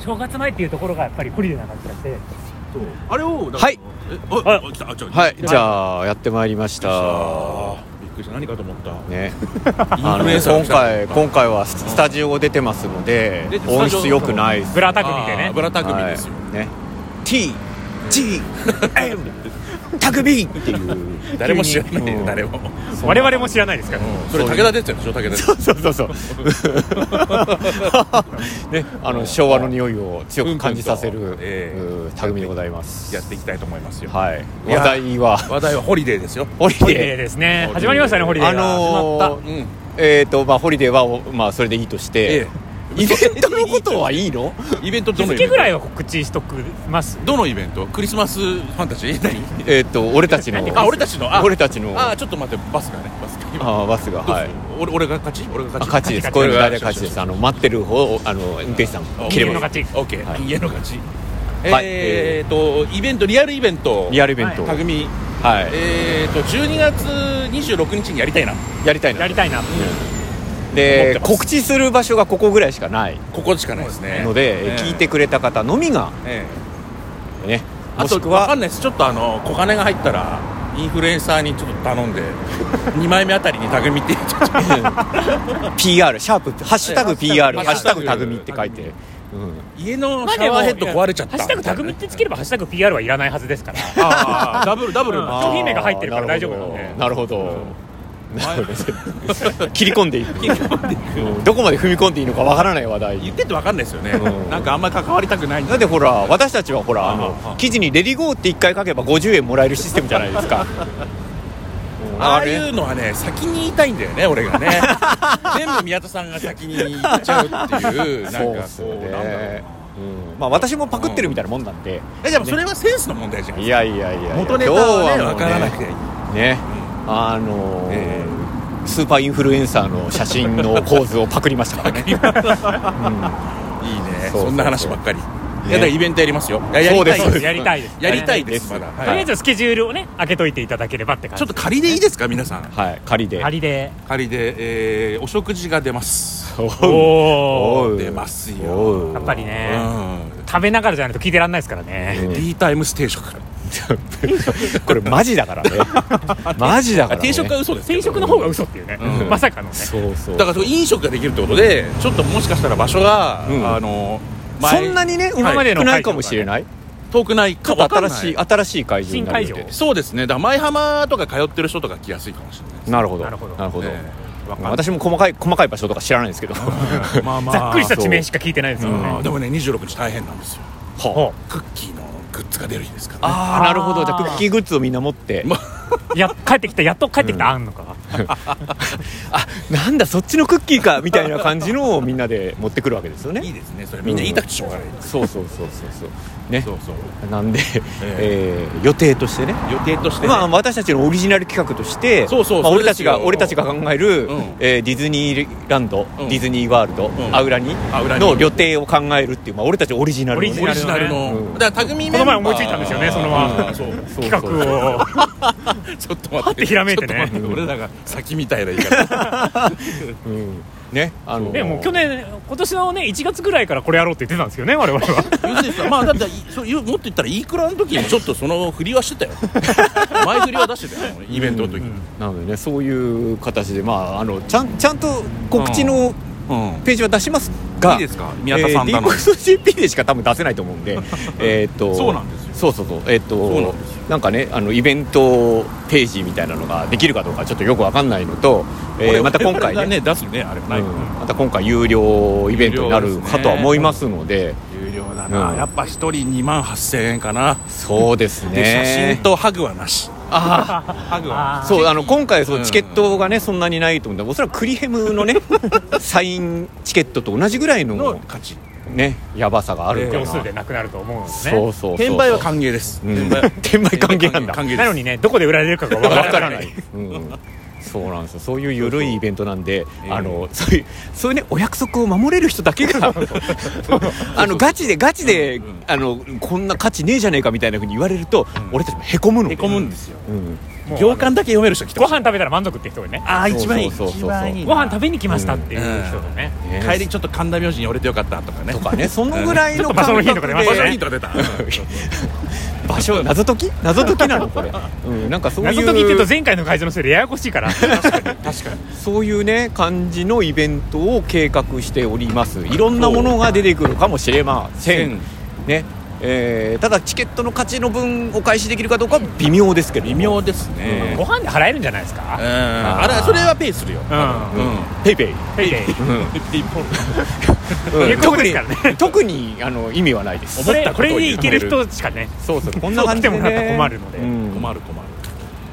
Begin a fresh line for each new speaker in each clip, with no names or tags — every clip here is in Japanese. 正月前っていうところがやっぱり不利な感じがして
そうあれをだから
はい
えあ
あ
あ来たあちょ
はい
びっくりし
じゃあやってまいりましたた
びっくりした何かと思った
ね
イ
あ
ン
の
フルエンサー
今
来た
回今回はススタジオ出てますので
でスタジオ
音質良くないです
ブラタクミで
あー
ね
ブラタクミですよ、
はいね TGM タクミっていう
誰も知らない
うん
よ誰も
我々も知らないですから、
それ武田ですよ武田です
そうそ うそうねあの昭和の匂いを強く感じさせ
うんうん
る
とええ
うんタグミでございます
やっていきたいと思いますよ
はい
い
話
や
題は
話題はホリデーですよ
ホリ
ホリデー
デ
ですね
ホリデー
始まりましたねホリ
ー
デ
あ
ーが、
の
う
ー
ん
えっとまあホリデーはおまあそれでいいとし
え
てイベントのことはいいの
えイベント
日
どのイ
付
ベン
ぐ
ト
らいは告知しとくます
どのイベントクリスマスファンタジー何
えっと俺たちの
あ俺たちのあ
俺たちの
あーちょっと待ってバスがねバスが今
あーバスが
どうす
はい
る俺俺が勝ち俺が
あ
勝ち
勝ちですこれが大体勝ちですあの待ってる方をあの運転手さん
あ
切れま
勝
す
ち
オッケー、
はい
人間の勝ち
はい
えーとイベントリアルイベント
リアルイベント
たぐみ
はい
えーと12月26日にやりたいな
やりたいな
やりたいな、
で
思ってます
告知する場所がここぐらいしかない
ここしかないですね
ので、
えー
聞いてくれた方のみが
え
ね
ーあ
も
と
しく
分か
は
んないですちょっとあの小金が入ったらインフルエンサーにちょっと頼んで2枚目あたりにたぐみって言っちゃって
PR シャープハッシュタグ PR ハッシュタグタグミって書いて、うん
家の
まあ
シ
で
ャ
も
ワーヘッド壊れちゃった
ハッシュタグ匠ってつければハッシュタグ PR はいらないはずですから
あーダブルダブル
うん
あ
商品名が入ってるから大丈夫なんで
なるほどなるほど切り込んでいくうんどこまで踏み込んでいいのかわからない話題
言ってって分かんないですよね
うん
なんかあんまり関わりたくないん
だ
で
ってほら私たちはほらあ
あ
の
あ
記事に「レディゴー」って1回書けば50円もらえるシステムじゃないで すかうん
ああ
れ
いうのはね先に言いたいんだよね俺 がね全部宮田さんが先に言っちゃうっていうなんかこ
そう
う
ですよ
なんだろう
ねうんまあ私もパクってるみたいなもんなんで
えでもそれはセンスの問題じゃん
いやいやいやいや
元ネタはね
今日も
分からなくていい
ねあのー
え
スーパーインフルエンサーの写真の構図をパクりましたからね、
いいね
そうそうそう
そんな話ばっかりいやだからイベントやりますよいやや
そう
り
で
た
す
いです
やりたいです
やりたいです
や
ま
り
と
だ
たいです
りあ
は
え
い
ずスケジュールをね開けといていただければって感
ちょ
じ
っと仮でいいですか皆さん
はい仮で
仮で
仮でえーお食事が出ます
おう
おお
おう
出ますよ
おう
やっぱり
う
ね
ん
食べながらじゃないと聞いてらんないですからね
ティータイムス定食
これマジだからねマジだか
あ
ら、ね、
定食は嘘ですけど
定食の方が嘘っていうね
うん
まさかのね
そうそう
だからそう飲食ができるってことでちょっともしかしたら場所が、
うん
あの
そんな
に
にね
今ま
での
少ないかもしれない
遠くないか
ちょ
分
っと
かんな
新
い
しい新しい会場になる
新会
そうですねだから舞浜とか通ってる人とか来やすいかもしれない
なるほど
なるほど
え
まあ私も細かい細かい場所とか知らないんですけど
えまあまあ
ざっくりした地名しか聞いてないですもん
う
ね
んでもね26日大変なんですよ
は
クッキーのグッズが出る日ですから、ね、
ああーなるほどじゃあクッキーグッズをみんな持って
ま
や帰ってきたやっと帰ってきたあんのか
あなんだそっちのクッキーかみたいな感じのをみんなで持ってくるわけですよ
いい
ね
ですねそれみんな言いたくてしょうがない、
そうそうそうそうそうね
そうそう
なんで、
え
えー予定としてね
予定としてね、
まあ、私たちのオリジナル企画として
そうそう
まあ、
それ
俺
で
た
す
ち
よ
が俺たちが考える、
うん
えーディズニーランド、
うん
ディズニーワールド、
ん
アウラニ
アウラニ
の旅程を考えるっていう、まあ、俺たちオリジナルの、ね、
オリジ
オリジナルの、
うん
だから匠
この前思いついたんですよねそのまま
そう
そ
企
う
画を
ちょっと待って
ってひらめいてね
ちょっと待って俺らが先みたいな言い方
うんねあの
でもう去年今年のね1月ぐらいからこれやろうって言ってたんですよね我々は
要するにさまあだってそういうもっと言ったらイークラの時にちょっとその振りはしてたよ前振りは出してたよあのイベントの時に、
なのでねそういう形で、まあ、あのちゃんちゃんと告知の
うん
ページは出しますが、
いいですか宮田さん
えー、
だの
DCOSGP でしか多分出せないと思 うんでえーっと
そうなんですよ
そうそうそうえーっ
そうなん
と
です
なんかねあのイベントページみたいなのができるかどうかちょっとよくわかんないのと、えーまた今回ね
ね出すねあれもない、
うんまた今回有料イベントになるかとは思いますので
有料だな、
うん
やっぱ一人2万8000円かな、
そうです
で写
ね
真とハグはなし
あ
ハグ
は
あ
なし
そうあの今回そううんチケットがねそんなにないと思うんでおそらくクリヘム のねサインチケットと同じぐらい
の
の
価値
ねやばさがあるか
秒
な
数でなくなると思うのでね
そうそうそう
転売は歓迎です、
うん
転売
転売歓迎なんだ
歓迎
なのにねどこで売られるかがわ
わ
か
からら
な
ないい、うん、そうなんですよそういう緩いイベントなんで
そう
あのそういうそういうねお約束を守れる人だ けがあのガチでガチで、あのこんな価値ねえじゃねえかみたいなふうに言われると、俺たちもへこむの
へこむんですよ
うん
もう
行間だけ読める人来て
ご
ほしい
飯食べたら満足って人がね
ああ一番いい
そうそうそうそ
一
う
番いいな
ご飯食べに来ましたっていう人がね、
ね
帰りちょっと神田明神寄れてよかったとかね
とかねそのぐらい
ちょっ
の
と場所のヒントが出ま
場
し
所
た
ヒ
ね
ントが出た
場所謎解き謎解きなのこれ、うん、なんかそういう
謎解きっていうと前回の会場のせいでややこしいから確かに確かに
そういうね感じのイベントを計画しておりますいろんなものが出てくるかもしれませんねえーただチケットの価値の分お返しできるかどうかは微妙ですけど
微妙ですね
ご飯で払えるんじゃないです
うん
か
あれそれはペイするよ
うん、
う
うん
ん
ペイペイ、
ペイペイ
ペイポール
ん
うん特に
有効ですからね
特にあの意味はないです
こ
思った
れ
ことを言う
これにいける人しかね
そうそうこん
な
な
感
感
じで
じで、
ね
ね、
う
困る困る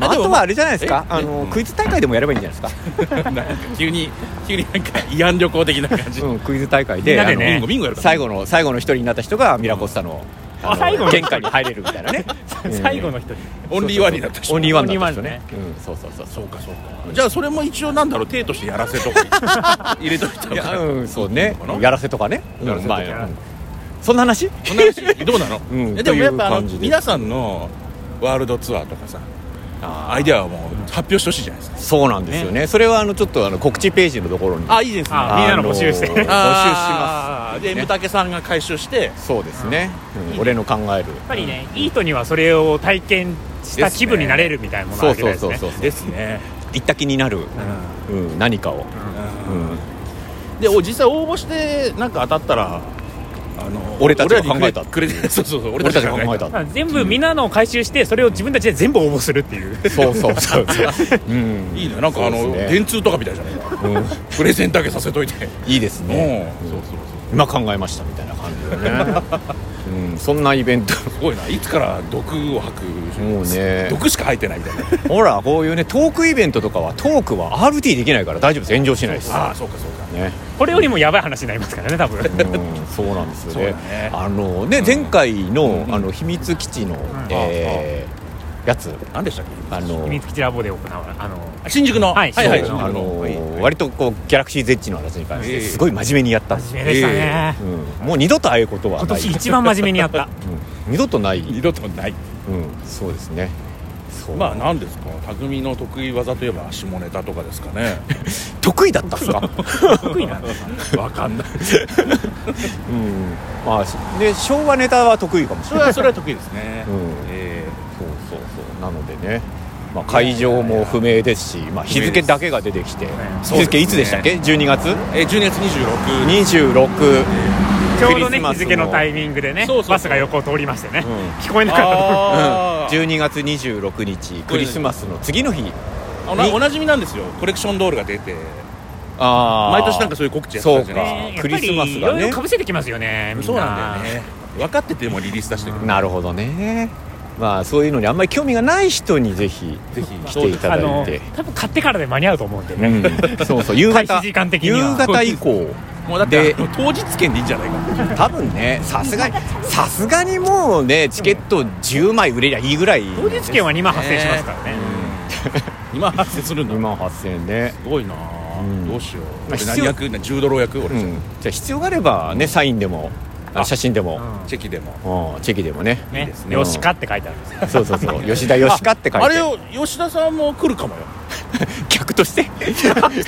あ、とはあれじゃないですか
え
あの、
うん
クイズ大会でもやればいいんじゃないです
なんか急に急になんか慰安旅行的な感じ
か、うん、クイズ大会
みん
で
なで
あの
ね
ビンゴビンゴやるから
最後の最後の一人になった人がミラコスタの,、あの
最後の
玄関に入れるみたいなね
最後の一人
オンリーワンになった人
オンリーワンだった
オ
人
ンリー
ね
ワ
うん、そうそうそう
そうかそうかじゃあそれも一応なんだろう手としてやらせと か入れといた
い
のかな
やうんそうね
いいのかな
やらせとかね
やらせとか
うんまあうんそんな話
そんな話どうなの、
うん
えでもやっぱあ
という感
の
じで
皆さんのワールドツアーとかさアイデアはもう発表してほしいじゃないですか
そうなんですよねそれはあのちょっとあの告知ページのところに
あいいですね
あみんなの募集して
あの募集し
集し
ま
ますで M 竹さんが回収して
すそうですね、うん俺の考える
やっぱりね、いい人にはそれを体験した気分になれるみたいなものを
そ
あ
う
げたいう
そ
です
そう
ね
そう
ですね
行った気になる、うん何かを、うん
でお実際応募してなんか当たったらあの
俺たちが考えた
俺らにくれ てそうそうそう
俺たちが考えた
まあ全部みんなのを回収してそれを自分たちで全部応募するっていう
そうそうそうそう、うん、
いいねなんかあ
そ
の
うですね
電通とかみたいじゃない
うん
プレゼンだけさせといて
いいですね
うんそうそうそう
今考えましたみたいな感じだね、うん、そんなイベント
すごいないつから毒を吐く
もうね
毒しか吐いてないみたい な
ほらこういうねトークイベントとかはトークは RT できないから大丈夫です炎上しないです
ああそうかそうか
ね、
これよりもやばい話になりますからね多分
うん、そうなんですよ
そう
ね
だね
あのね、前回のあの秘密基地の、えーやつ
何でしたっけ
あ
秘
の
密基地ラボで行うあの
あ新宿の
はい
はいはい
そう
新
あ
宿の
の
はい
割とこうギャラクシー Z の話に関し
ええ
てすごい真面目にやったんです
真
よ、
面目でしたね、
うん、もう二度とああいうことは
今
ない
年一番真面目にやった
うん、二度とない、
二度とない
うん、そうですねそう
まあ何ですか匠の得意技といえば下ネタとかですかね
得意だったっすか
得意なんです
わかんない
うんまあ、で昭和ネタは得意かもし
それ
れない
はそれは得意ですね
うん
え
そうそうそうなのでね、まあ、会場も不明ですし、まあ、日付だけが出てきて、
そうですね
日付いつでしたっけ12月
ーえー12月26日
26
ちょうど
クリ
ね
スマス
日
の
付のタイミングでね
そうそうそう
バスが横を通りましてね、
ん
聞こえなかったと
あー
12月26日クリスマスの次の日
おなおなじみなんですよコレクションドールが出て
あー
毎年なんかそういう告知やってたじゃ
あ
ない
ー
ねや
です
っ
ク
ぱ
リ
り
スマス
い
が
ろ
ね
いろかぶせてきますよねみ
か
ん
そうなんだよね分かっててもリリース出してくる
なるほどねまあそういうのにあんまり興味がない人にぜひ
ぜひ
来ていた
あ
だい
の
て、
多分買ってからで間に合うと思うんで
う
ね、
ん、 そうそう夕
開
方
始時間的に
夕
は
方以降
もうだって
で
あの当日券でいいんじゃないか
多分ねさすがにさすがにもうねチケット10枚売れりゃいいぐらい
当日券は2万8000円しますからね、
今発生するんだ
2万8000円ね、
すごいなあ、
ん
どうしよう
まあ
俺
必
何
要
役な10ドル役俺、
うん、じゃあ必要があればねサインでもあ
あ
写真でも、
うん
チェキでも
うんチェキでもね
ね
いいですね
よしかって書いてあるんですよ
そうそうそう吉田よしかって書いて
あれを吉田さんも来るかもよ
客として 客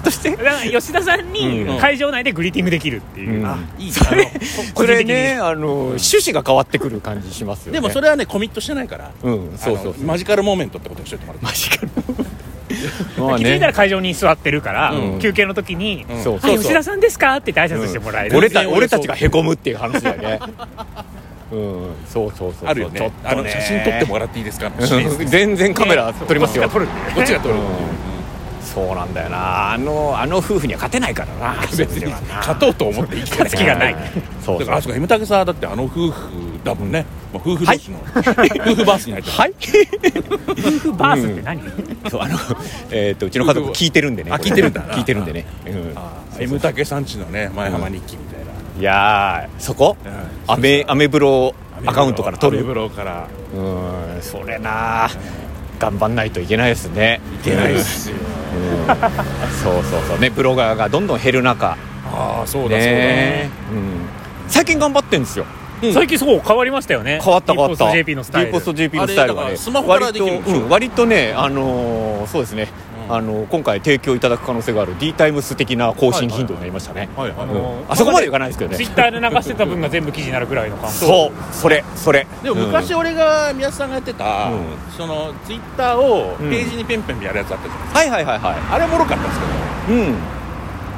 として
だから吉田さんに
うん
会場内でグリーティングできるっていう、
うん
あ
いいそれ
個
こ
人
れ
的に
ねあの趣旨が変わってくる感じしますよ
で
ね
もそ
れ
れはねコミットしてないから
うんそうそう
あのマジカルモーメントってことにしといてもらって
マジかまあ
気づいたら
ね
会場に座ってるから、
うん
休憩の時に「
ん
そう
あ
そう
吉
そう
田さんですか?」って言って挨拶してもらえる、
俺た
全然俺
俺たちがへこむっていう話だよね うんそうそうそうそう
あるよ
ちょ
ね
っと
あの写真撮ってもらっていいですかのシリーズ
うん全然カメラ撮りますよ、
こっちが撮るんで
こっちが撮る
うんそうなんだよなあのあの夫婦には勝てないからな
別に勝とうと思って生きて
勝つ気がない
そ
だか
うそう
らあそこ M 竹さんだってあの夫婦だもんね、まあ、夫婦同士の、 夫婦バースに入ってる
はい
夫婦バースって何、
そうあのえっとうちの家族聞いてるんでね
あ
これ
聞いてるんだ
聞いてるんでねうん
あー M 竹さんちのね前浜日記みたいな、
いやーそこ
うん
アメアメブロアカウントから取
アメブ
る
ロから
うんそれなあ頑張んないといけないですねい
いけないですよ
そうそうそうねブロガーがどんどん減る中
ああそうだそうだ、
ねうん最近頑張ってんですよ
うん
最近そう変わりましたよね
変わった変わった
D ポスト JP のスタイル
D ポスト JP のスタイルが
あれだから
ね
スマホからできるんでしょ
割と,、うん、割とね、あのーそうですね、
うん
あのー今回提供いただく可能性がある D タイムス的な更新頻度になりましたね、
はいは
はい
い
はい
うんあそこまでいかないですけど
ツイ
ね
ッターで流してた分が全部記事になるぐらいの感じ
そうそれそれ
でも昔俺が宮田さんがやってた、
うん
そのツイッターを
うん
ページにペンペンやるやつあったじゃないですか、
うんはいはいはいは
あれもろかったんですけ
いうん
ど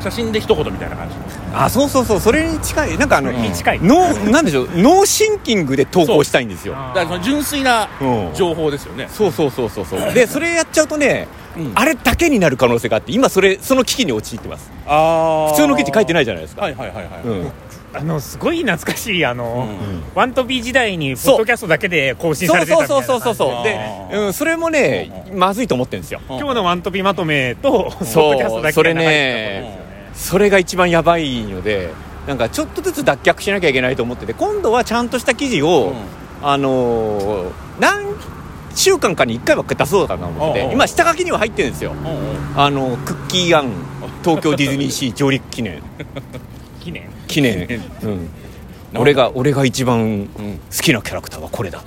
写真で一言みたいな感じ
あそうそうそうそれに近いなんかあの、
うん
に近い
ノーなんでしょうノーシンキングで投稿したいんですよ
あ
だからその純粋な
うん
情報ですよね、
そうそうそうそうそうでそれやっちゃうとね、
うん
あれだけになる可能性があって今それその危機に陥ってます
あ
普通の記事書いてないいじゃないですか、
はいはいはいはい、
うん、
あのすごい懐かしいあの、
うん
ワントビー時代にポ
そう
ッドキャストだけで更新されてたみ
そう
たいな
そうそうそうそう
みたいな感
で
じ、
うん、それもねまずいと思ってるんですよ
今日のワントビまとめとポッドキャスト
そう
だ
そ
け
れ
が流れて
ねそれが一番やばいのでなんかちょっとずつ脱却しなきゃいけないと思ってて今度はちゃんとした記事を、あのー何週間かに1回ばっかり出そうかなと思って
うんう
て
ん
今下書きには入ってるんですよ
うんうん
あのクッキーアン東京ディズニーシー上陸記念
た記念
記念、うん、俺が俺が一番好きなキャラクターはこれだ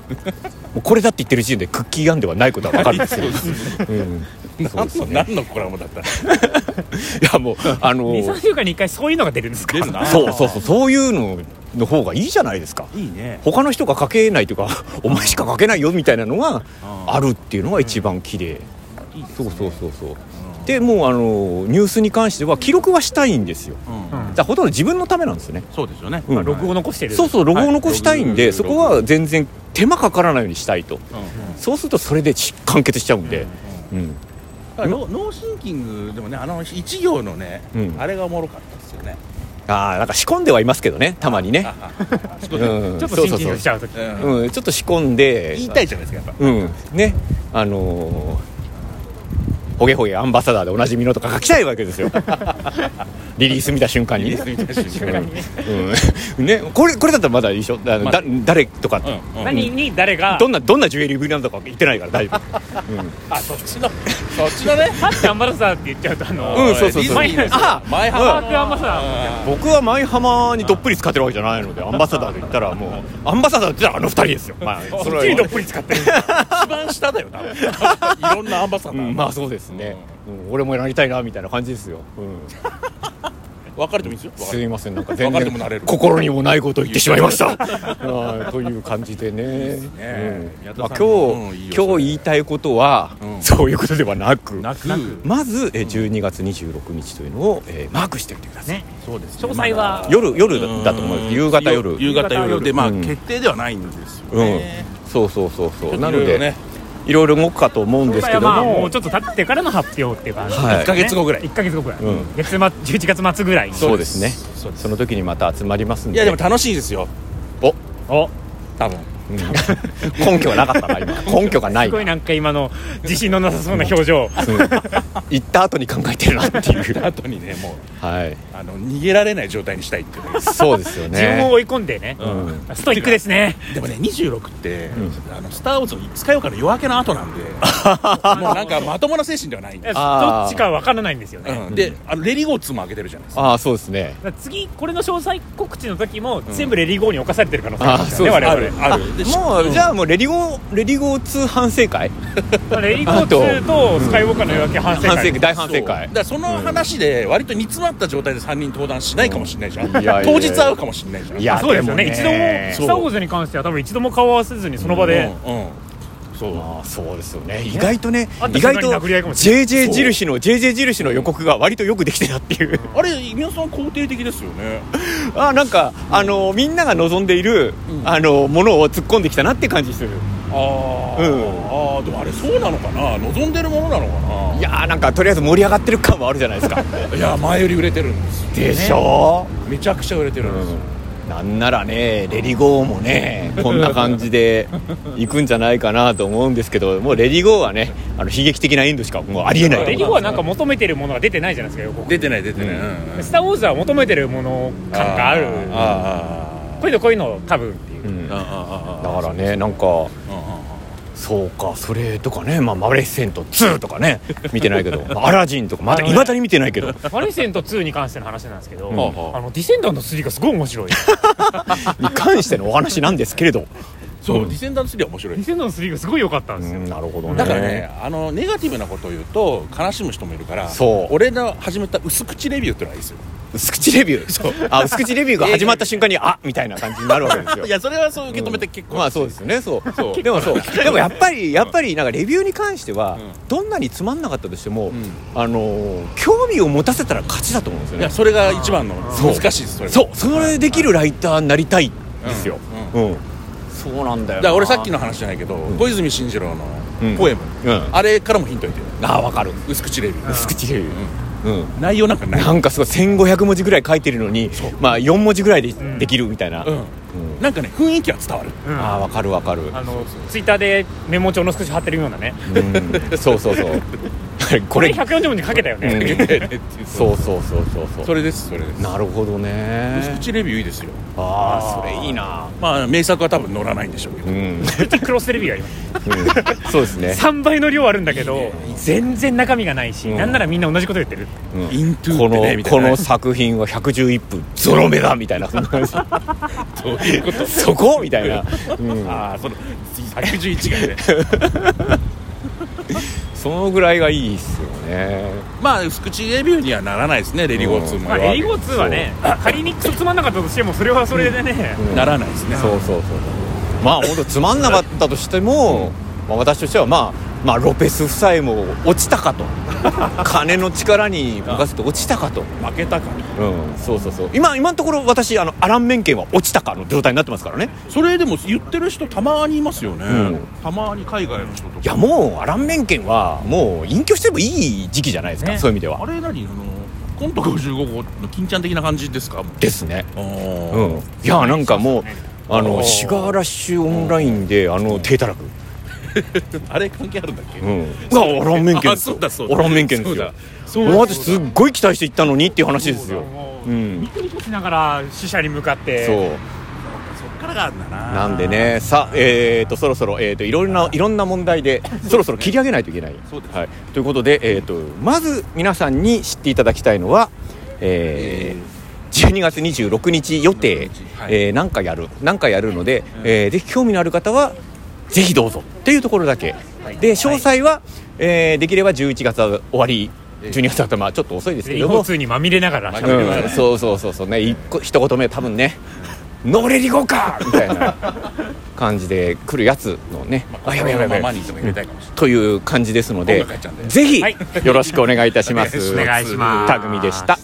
もうこれだって言ってる時点でクッキーアンではないことは分かるんですけど、うん、そうです
何の
よね
何のコラムだったら
いやもうあの
23週間に1回そういうのが出るんですか
出るな
そうそうそうそういうのの方がいいじゃないですか
いいね
他の人が書けないというか お前しか書けないよみたいなのが
あ
あるっていうのが一番綺麗
いいです
そ
ね
うそうそうそうでもうあのニュースに関しては記録はしたいんですよ
うん
うん
だからほとんど自分のためなんですよね
そうですよね、
うん
ログを残してる
そうそうロゴを残したいんで、
はい
そこは全然手間かからないようにしたいと
うんうん
そうするとそれでし完結しちゃうんで、うん
だからノノーシンキングでもねあの一行のね、
うん
あれがおもろかったですよね
ああなんか仕込んではいますけどねたまにね、
ああそこ
う
で
ん、
ちょっとシンキングしち
ゃ
ゃう時
うん
う、うん、ちょっと仕込んで
言いたいじゃないですかやっ
うんねあのー、ホゲホゲアンバサダーでおなじみのとか書きたいわけで すよリリース見た瞬間にね
ぱリリース見た瞬間に
うんね、これこれだったらまだいいでしょだ
まあ
だ誰とか、
うんうん
何に誰が
どんなどんなジュエリーぶりなのとか言ってないから大丈夫、うん
あそっちのそっちのね
パッてアンバサダーって言っちゃうとあの、
うんそうそうそう
前原
さん
前
パ
原
ークアンバサダー
僕は舞浜にどっぷり使ってるわけじゃないのでアンバサダーと言ったらもうアンバサダーって言ったらあの二人ですよ、 まあ、そ
そっちにどっぷり使ってる
一番下だよ 多分いろんなアンバサダ
う
ー、
んまあそうですね、うん俺もやりたいなみたいな感じですよ、うん、
別れてもいいですよ別
す
れて
いませんなんか全
わかってもなれ
然
る
心にもないことを言ってしまいました はいという感じでね
ね宮
うんま
田さん
あ、今日、
うんいいよそれ
今日言いたいことは、
うん
そういうことではなく
もなく
まず、えー12月26日というのを、えーマークしておいてください、
ね
そうですね
詳細は
まだ
夜夜だと思います夕方夜
夕方夜でまあ
うん
決定ではないんですよ
うん
ね、
そうそうそうそうな
な
の
の
で
でね
いろいろ動くかと思うんですけども,、
まあもうちょっと経ってからの発表っていう感じ、
はい一
ヶ月後ぐらい
1か月後ぐらい、
うん
月末11月末ぐらいに
そうですね
そうです
その時にまた集まりますん
い
で
やでも楽しいですよ
お
お
多分
根拠がなかったな今根拠がな い
すごいなんか今の自信のなさそうな表情
うん行った後に考えてるなっ ていう
後にねもう
はい
あの逃げられない状態にしたいっていうね
そうですよ
自分を
ね
追い込んでね、
ん
ストイックですね
でもね26って、
う
あのスター・ウォーズの使いようから夜明けの後なん でもうなんかまともな精神ではないん
ど
で
っ
す、
あー
ちかわからないんですよね、
うん、であのレリゴー2も開けてるじゃないですか
ああそうですね
だから次これの詳細告知の時も全部レディーゴーに侵されてる可能性
あ
あ
ー
る
そう
ね
です
我々
あるでし
もうじゃあもうレディゴレディゴ通反省会
まあレディーゴー2とスカイウォーカーの夜明け反省会
反省会大反省
そう
会
だからその話で割と煮詰まった状態で3人登壇しないかもしれないじゃん、
いやいやいや
当日会うかもしれないじゃん
いや
あそうですよね
でも
一度も
そう
スター・ウォーズに関しては多分一度も顔合わせずにその場で、
うんうんそう
まあそうですよね意外とね
あんた
意外と
そんなに殴り合いかもし
JJ 印の JJ 印の予告が割とよくできてたっていう
あれ皆さん肯定的ですよね
あなんかあのみんなが望んでいる、
うん
あのものを突っ込んできたなって感じする
あー、
うん
あーでもあれそうなのかな望んでるものなのかない
やーなんかとりあえず盛り上がってる感はあるじゃないですか
いや前より売れてるんですよ
でしょ、
めちゃくちゃ売れてるんですよ、
なんならねレディゴーもねこんな感じで行くんじゃないかなと思うんですけどもうレディゴーはねあの悲劇的なエンドしかもうありえない
レディーゴーはなんか求めてるものが出てないじゃないですか予告
出てない出てない、
うん
スター・ウォーズは求めてるもの感がある
あ
こういうのこういうの多分っていうう、
ー
ん
あーあーあーあー
だからねなんか
うんうんうん
そうかそれとかね、まあ、マレフィセント2とかね見てないけどまあアラジンとかまだいまだに見てないけど
マルセント2に関しての話なんですけど、
ん
あのディセンダント3がすごい面白いデ
に関してのお話なんですけれど、
そう、ディセンダント3は面白い
ィセンダント3がすごい良かったんですよ、
なるほどね
だからね、あのネガティブなことを言うと悲しむ人もいるから
そう
俺の始めた薄口レビューってのはいいですよ
薄口レビュ ーあ薄口レビューが始まった瞬間にあみたいな感じになるわけですよ
いやそれはそう受け止めて結構、
まあそうですよねそう
そう
で もそうでもやっぱりやっぱりなんかレビューに関しては、
うん
どんなにつまんなかったとしても、
ん
あのー興味を持たせたら勝ちだと思うんですよ
い
ね
やそれが一番の
そう
難しいですそれが
そうそれできるライターになりたいですよ、う
うん
そうなんだ
だ
よな
から俺さっきの話じゃないけど、小泉進次郎のポエム、
うんうん
あれからもヒント得てる
あわかる
薄口レビュー、
薄口レビューうん、
内容なんかない
なんかすごい1500文字ぐらい書いてるのにまあ4文字ぐらいで
ん
できるみたいな、
うんなんかね雰囲気は伝わる
うん
ああ
あ
わかるわかる
のツイッターでメモ帳の少し貼ってるようなね
うんそうそうそう こ
これ
れ
140文字かけたよね、
うんそうそうそうそうそう
それですそれです
なるほど
薄
ね
口レビューいいですよ
ああそれいいな
まあ名作は多分乗らないんでしょうけど、
うん、
クロステレビが今
そうですね、
3倍の量あるんだけど全然中身がないし、
うん
なんならみんな同じこと言ってる
うん
イントゥー
こ
ってね
の
みたい
こ
なね
の作品は111分ゾロ目だみたいな そんな感じ
そういうこと
そこみたいな、うん
ああその111がね
そのぐらいがいいっすよね
まあ薄口レビューにはならないですねレリゴー2も
まあ、
は
英語2はね 仮にクソつまんなかったとしてもそれはそれでね、
うん
ならないですね
そうそうそうまあ本当つまんなかったとしても、まあ、私としてはまあまあロペス夫妻も落ちた かと金の力に任せて落ちたかと、
負けたか
うん、そうそうそう今今のところ私あのアラン免権は落ちたかの状態になってますからね
それでも言ってる人たまにいますよね、
うん
たまに海外の人とか
いやもうアラン免権はもう隠居してもいい時期じゃないですか、
ね
そういう意味では
あれ何あのコント55号の金ちゃん的な感じですか
ですね
ああ、
う
うん
いやなんかもうあ
お
の
ー
シガーラッシュオンラインであの低たらく
あれ関係あるんだっけ、
うんがアラン免権
あ
ですよ
そうだそう
ア
だ
ラン免権で
そ
す
う
よ
だそうだ
もう私すっごい期待していったのにっていう話ですよ
も
う
うんニコニコしながら死者に向かって
そう
そっからがあるんだな
なんでねさあえー、とそろそろ,、えー、といろんないろんな問題でそろそろ切り上げないといけない、
そうです
はい、ということで、えー、とまず皆さんに知っていただきたいのは、えー12月26日予定
はい
えー何かやる何かやるので、えーぜひ興味のある方はぜひどうぞっていうところだけ
はい
で詳細は、えーできれば11月終わり12月頭ちょっと遅いですけ
英
ど
語
も
2にまみれながら喋る、
うん、そうそうそうそうね一個一言目多分ね「ノレリゴか!」みたいな感じで来るやつのね「あやべやべやべ
ま」まにでも入れたいかもしれない、
という感じですので
音楽入っちゃうんで
ぜひ
はい
よろしくお願いいたします。
お願いします
たぐみでした